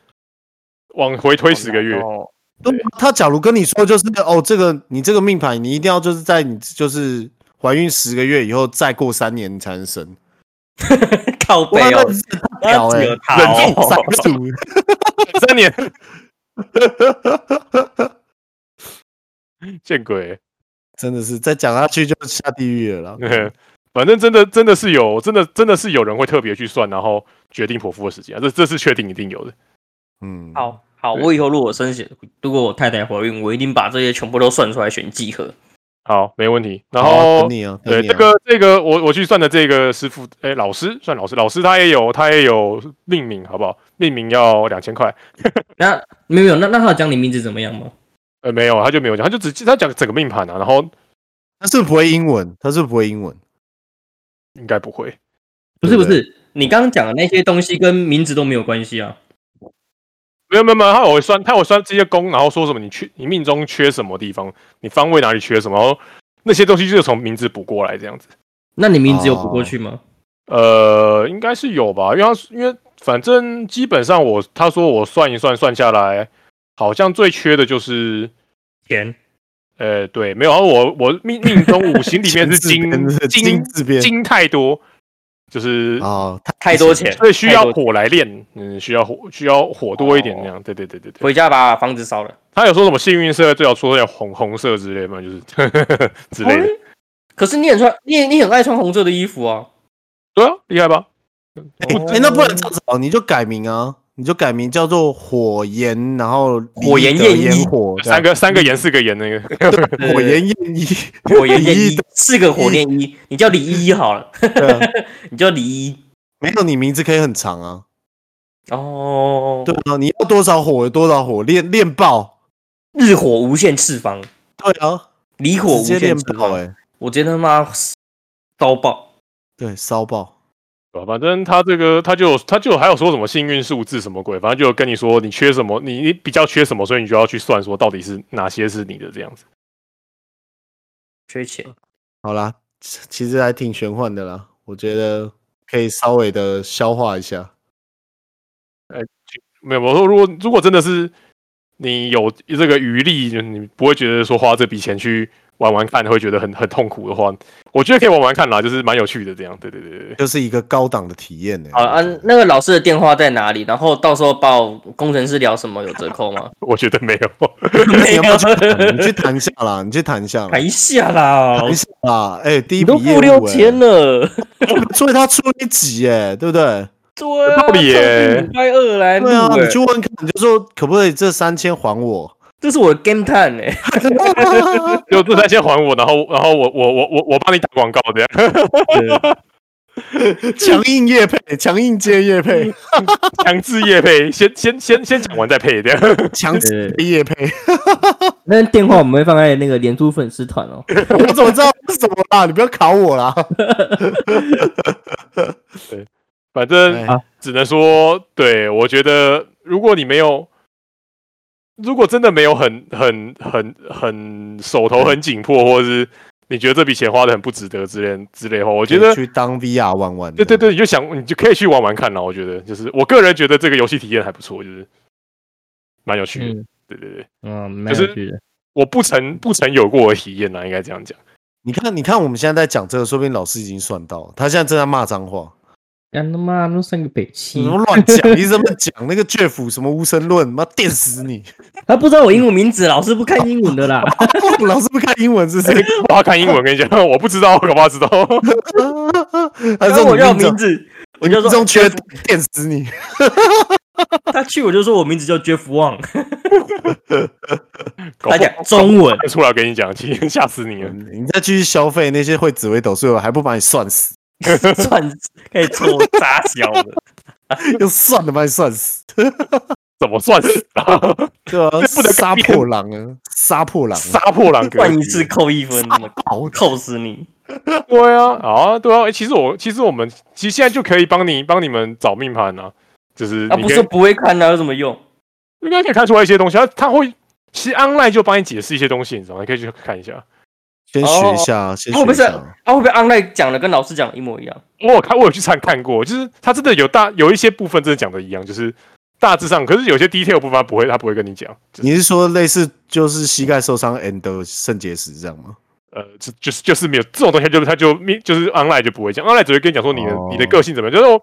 C: 往回推十个月。
D: 哦，
C: 对
A: 他假如跟你说就是哦，这个你这个命盘，你一定要就是在你就是怀孕十个月以后，再过三年你才能生。
B: 靠
A: 哇，
B: 背
A: 那
B: 哦，
A: 真是太屌哎，
B: 只有
A: 忍
B: 他
A: 住
B: 哦，
A: 三住。
C: 三年，见鬼！
A: 真的是再讲下去就下地狱了啦。
C: 反正真的真的是有，真的真的是有人会特别去算，然后决定剖腹的时间、啊，这这是确定一定有的。
A: 嗯，
B: 好好，我以后如果生小，如果我太太怀孕，我一定把这些全部都算出来选集合。
C: 好，没问题。然
A: 好啊，
C: 后、
A: 等你啊，
C: 对
A: 等你啊
C: 这个这个我我去算的这个师傅，哎，老师算老师，老师他也有他也有命名，好不好？命名要两千块，
B: 那没有没有，那那他有讲你名字怎么样吗？
C: 呃，没有，他就没有讲，他就只他讲整个命盘啊，然后
A: 他是不是不会英文，他是不是不会英文。
C: 应该不会，
B: 不是不
A: 对不对
B: 是，你刚刚讲的那些东西跟名字都没有关系啊。
C: 没有没有没有，他有算他有算这些宫，然后说什么你缺你命中缺什么地方，你方位哪里缺什么，然后那些东西就是从名字补过来这样子。
B: 那你名字有补
A: 哦
B: 过去吗？
C: 呃，应该是有吧，因为他因为反正基本上我他说我算一算算下来，好像最缺的就是
B: 钱
C: 呃对，没有，然后我我命命中五行里面是金
A: 金字边
C: 金
A: 金字边
C: 金太多，就是
A: 哦，
B: 太多钱，哦
C: 所以需要
B: 太多
C: 火来练，嗯，需要火需要火多一点那样，对对对对对。
B: 回家把房子烧了。
C: 他有说什么幸运色最好说要红红色之类嘛，就是 之类的，
B: 哦可是你很穿，你也你很爱穿红色的衣服啊。
C: 对啊，厉害吧？
B: 哦
A: 哎、那不然这样子哦，你就改名啊，你就改名叫做火炎，然后
B: 火炎
A: 离得
B: 焰
A: 烟
B: 一
A: 火这
C: 三
A: 样
C: 个三个颜四个颜那个，
B: 对
A: 火炎焰一，
B: 火焰
A: 李
B: 一
A: 一的
B: 四个火焰一，你叫李一一好了，
A: 对啊
B: 你叫李一
A: 没有你名字可以很长啊，
B: 哦，
A: 对啊，你要多少火有多少火，练练爆，
B: 日火无限次方，
A: 对啊，
B: 离火
A: 直
B: 无
A: 接
B: 限
A: 练
B: 次
A: 爆
C: 啊
B: 方，
A: 哎、
B: 我觉得他妈刀爆，
A: 对，烧爆，
C: 对吧反正他这个他就有他就有还有说什么幸运数字什么鬼，反正就有跟你说你缺什么，你你比较缺什么，所以你就要去算说到底是哪些是你的这样子。
B: 缺钱，
A: 好啦，其其实还挺玄幻的啦，我觉得可以稍微的消化一下，
C: 没有，我说如果如果真的是你有这个余力，就是你不会觉得说花这笔钱去玩玩看会觉得很很痛苦的话，我觉得可以玩玩看啦，就是蛮有趣的这样。对对对对对。
A: 就是一个高档的体验呢、
B: 好了，啊
A: 我觉得
B: 那个老师的电话在哪里？然后到时候报工程师聊什么有折扣吗？
C: 我觉得没有，
B: 啊没
A: 你要
B: 有
A: 不要去谈？你去谈一下啦，你去谈一下啦
B: 谈。一下啦哦
A: 谈，一下啦，哎、第
B: 你
A: 一
B: 都
A: 笔业
B: 付
A: 务、
B: 六
A: 欸，
B: 千了，
A: 所以他出一集、哎，对不对？
B: 对啊，
C: 道理耶
B: 礼拜二来录
A: 对啊，你去
B: 欸，
A: 问看，你就说可不可以这三千还我？
B: 这是我的 game time 哎，
C: 就这三先还我，然后然后我我我我我帮你打广告这样。
A: 强硬叶配，强硬接叶配，
C: 强制夜配，先先先先讲完再配这样。
A: 强制叶配。
B: 那电话我们会放在那个脸书粉丝团 哦。
A: 我怎么知道是什么啦？你不要考我 啦！
C: 反正
B: 啊
A: 哎
C: 只能说，对我觉得，如果你没有，如果真的没有很很很很手头很紧迫，或者是你觉得这笔钱花的很不值得之类之类的话，我
A: 我
C: 觉得，
A: 去当 VR 玩玩。
C: 对对，对，你就想你就可以去玩玩看了。我觉得，就是我个人觉得这个游戏体验还不错，就是蛮有趣的。
B: 嗯
C: 对对对，
B: 嗯，蛮有趣的。
C: 我不曾不曾有过的体验啦，应该这样讲。
A: 你看，你看，我们现在在讲这个，说不定老师已经算到了，他现在正在骂脏话，
B: 干他妈都三个北
A: 你
C: 嗯
B: 七
E: 嗯
A: 怎，么乱讲？你怎么讲那个卷腹什么无神论？妈电死你！
B: 他不知道我英文名字，老师不看英文的 啦。
A: 哦老师不看英文是谁？
C: 我要看英文，跟你讲，我不知道，我搞不 好知道。
A: 还是
E: 然后我
A: 你
E: 叫
A: 命中
E: 名字，我
A: 你
E: 就说
A: 命中缺
E: Jeff，
A: 电死你！
B: 他去我就说我名字叫 Jeff Wang，
C: 搞不好
E: 他讲
B: 中文
C: 看出来，我跟你讲，其实吓死你了。
A: 你再继续消费那些会紫微斗数的，我还不把你算死？
E: 算可以抽扎小的，
A: 就算了，把你算死。
C: 怎么算死 啊？
A: 对啊，
C: 这不能
A: 杀
C: 改变
A: 破狼啊，杀破狼啊，
C: 杀破狼 格
E: 换一
C: 局
E: 次扣一 分，
A: 好
E: 扣死你。
C: 对啊，啊，对啊。诶其实我，其实我们，其实现在就可以帮你帮你们找命盘啊，就是
E: 啊，
C: 你
E: 不
C: 可
E: 是
C: 以
E: 不会看啊，有什么用？
C: 应该可以看出来一些东西。他他会，其实 online 就帮你解释一些东西，你知道吗？你可以去看一下。
A: 先学一下，先
C: 哦
E: 啊，会不会
A: 学一
E: 是
A: 下
E: 啊？，会不会 online 讲的跟老师讲的一模一样？
C: 我有看，我有去看看过，就是他真的有大有一些部分真的讲的一样，就是大致上，可是有些 detail 部分他不会，他不会跟你讲。就是
A: 你是说类似就是膝盖受伤 and 肾结石这样吗？
C: 呃，就就是就是没有这种东西就，他就命就是 online 就不会讲，online 只会跟你讲说你的、
A: 哦
C: 你的个性怎么样，就是我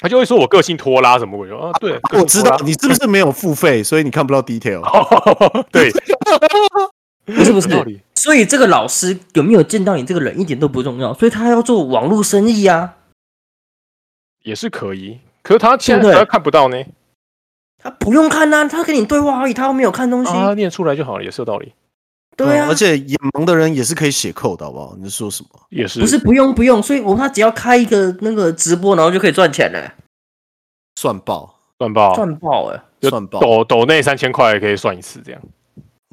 C: 他就会说我个性拖拉什么鬼的啊，对，个性
A: 我知
C: 拖
A: 道
C: 拉
A: 你是不是没有付费，所以你看不到 detail。
C: 对，
B: 不是不是
C: 道理。
B: 所以这个老师有没有见到你这个人一点都不重要，所以他要做网络生意啊，
C: 也是可以，可是他现在
B: 对不对
C: 他看不到呢，
B: 他不用看呐、他跟你对话而已，他又没有看东西，
C: 啊，念出来就好了，也是有道理，
B: 对啊，
A: 哦而且眼盲的人也是可以写扣的，好不好？你在说什么？
C: 也是
B: 不是不用不用，所以我他只要开一个那个直播，然后就可以赚钱了，
A: 算爆，
C: 算
A: 哦
C: 吧，
B: 赚爆哎、
C: 就
A: 算爆，
C: 抖抖内三千块可以算一次这样，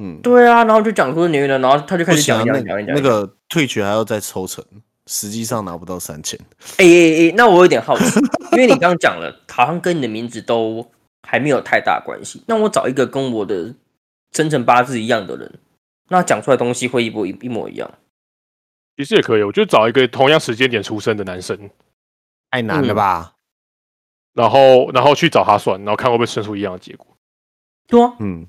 A: 嗯，
B: 对啊，然后就讲说你了，然后哎他就开
A: 不
B: 始
A: 行啊，
B: 讲
A: 那
B: 讲讲
A: 个
B: 讲
A: 那个退学还要再抽成，实际上拿不到三千。
B: 哎哎哎，那我有点好奇， 因为你刚刚讲了，好像跟你的名字都还没有太大关系。那我找一个跟我的生辰八字一样的人，那讲出来的东西会一模一一模一样。
C: 其实也可以，我就找一个同样时间点出生的男生，
A: 太难了吧？
C: 然后然后去找他算，然后看会不会生出一样的结果，
B: 对啊，
A: 嗯，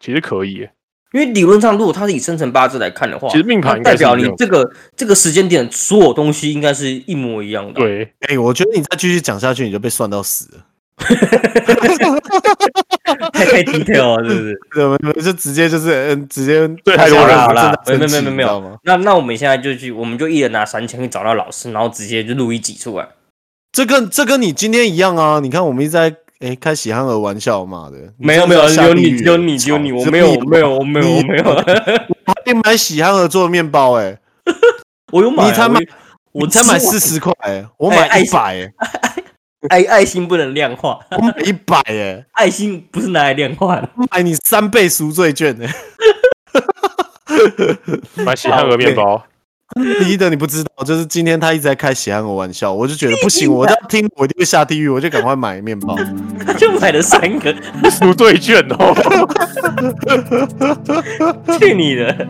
C: 其实可以耶，
B: 因为理论上，如果他是以生辰八字来看的话，
C: 其实命盘
B: 那
C: 应该
B: 代
C: 是
B: 表
C: 一
B: 你
C: 样的
B: 这个这个时间点所有东西应该是一模一样的。，
C: 对，
A: 哎、我觉得你再继续讲下去，你就被算到死了。
B: 太 太 detail 了，是 不是？
A: 对，我们就直接就是嗯，直接
C: 对太多人
A: 了，
B: 好啦
A: 真的
B: 没有没有没有
A: 生气你知道吗？
B: 那那我们现在就去，我们就一人拿三千去找到老师，然后直接就录一集出来。
A: 这跟这跟你今天一样啊！你看我们一直在哎、开喜憨儿玩笑，妈的，
B: 没有没有，
A: 你真
B: 有
A: 的是要下地
B: 你
A: 狱
B: 只有你只有你，
A: 操
B: 我
A: 这
B: 没有
A: 屁
B: 我没有我没有我没有。
A: 我还买喜憨儿做的面包哎、
B: 我有买啊，
A: 你才买
B: 我有，
A: 我才买
B: 吃
A: 四
B: 完
A: 十块哎，我
B: 哎
A: 买
B: 爱
A: 一
B: 心
A: 百哎，
B: 爱爱心不能量化，
A: 我买一百哎，
B: 爱心不是拿来量 化的。
A: 我买你三倍赎罪券 哎、
C: 买喜
B: 哦
C: 汉鹅面包，
A: 第一的你不知道，就是今天他一直在开喜憨儿玩笑，我就觉得不行，我要听我一定会下地狱，我就赶快买面包。
B: 他就买了三个，
C: 赎罪券哦。
B: 去你的！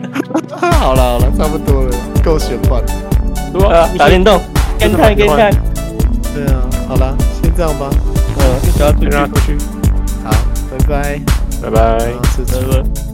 A: 好了好了，差不多了，够玄幻。
C: 对啊，
B: 呃打电 动，
C: 真
B: 跟
C: 的
B: 看
C: 蛮
B: 跟
C: 喜欢
B: 看，
A: 对啊，好了，先这样吧。
B: 呃，就只要出
C: 先
B: 去
C: 让他出去，
A: 好，拜拜。
C: 拜拜。
A: 吃吃。
B: 呃